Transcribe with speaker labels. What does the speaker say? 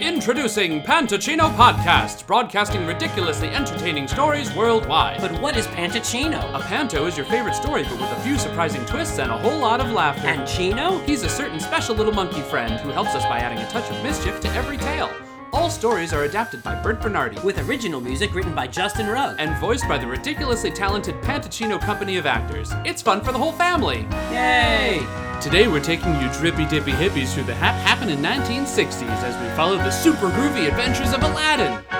Speaker 1: Introducing Pantachino Podcast, broadcasting ridiculously entertaining stories worldwide.
Speaker 2: But what is Pantachino?
Speaker 1: A panto is your favorite story, but with a few surprising twists and a whole lot of laughter.
Speaker 2: And Chino?
Speaker 1: he's a certain special little monkey friend who helps us by adding a touch of mischief to every tale. All stories are adapted by Bert Bernardi
Speaker 2: With original music written by Justin Rugg.
Speaker 1: and voiced by the ridiculously talented Pantachino Company of Actors. It's fun for the whole family.
Speaker 2: Yay!
Speaker 1: Today we're taking you drippy dippy hippies through the hap happened in 1960s as we follow the super groovy adventures of Aladdin.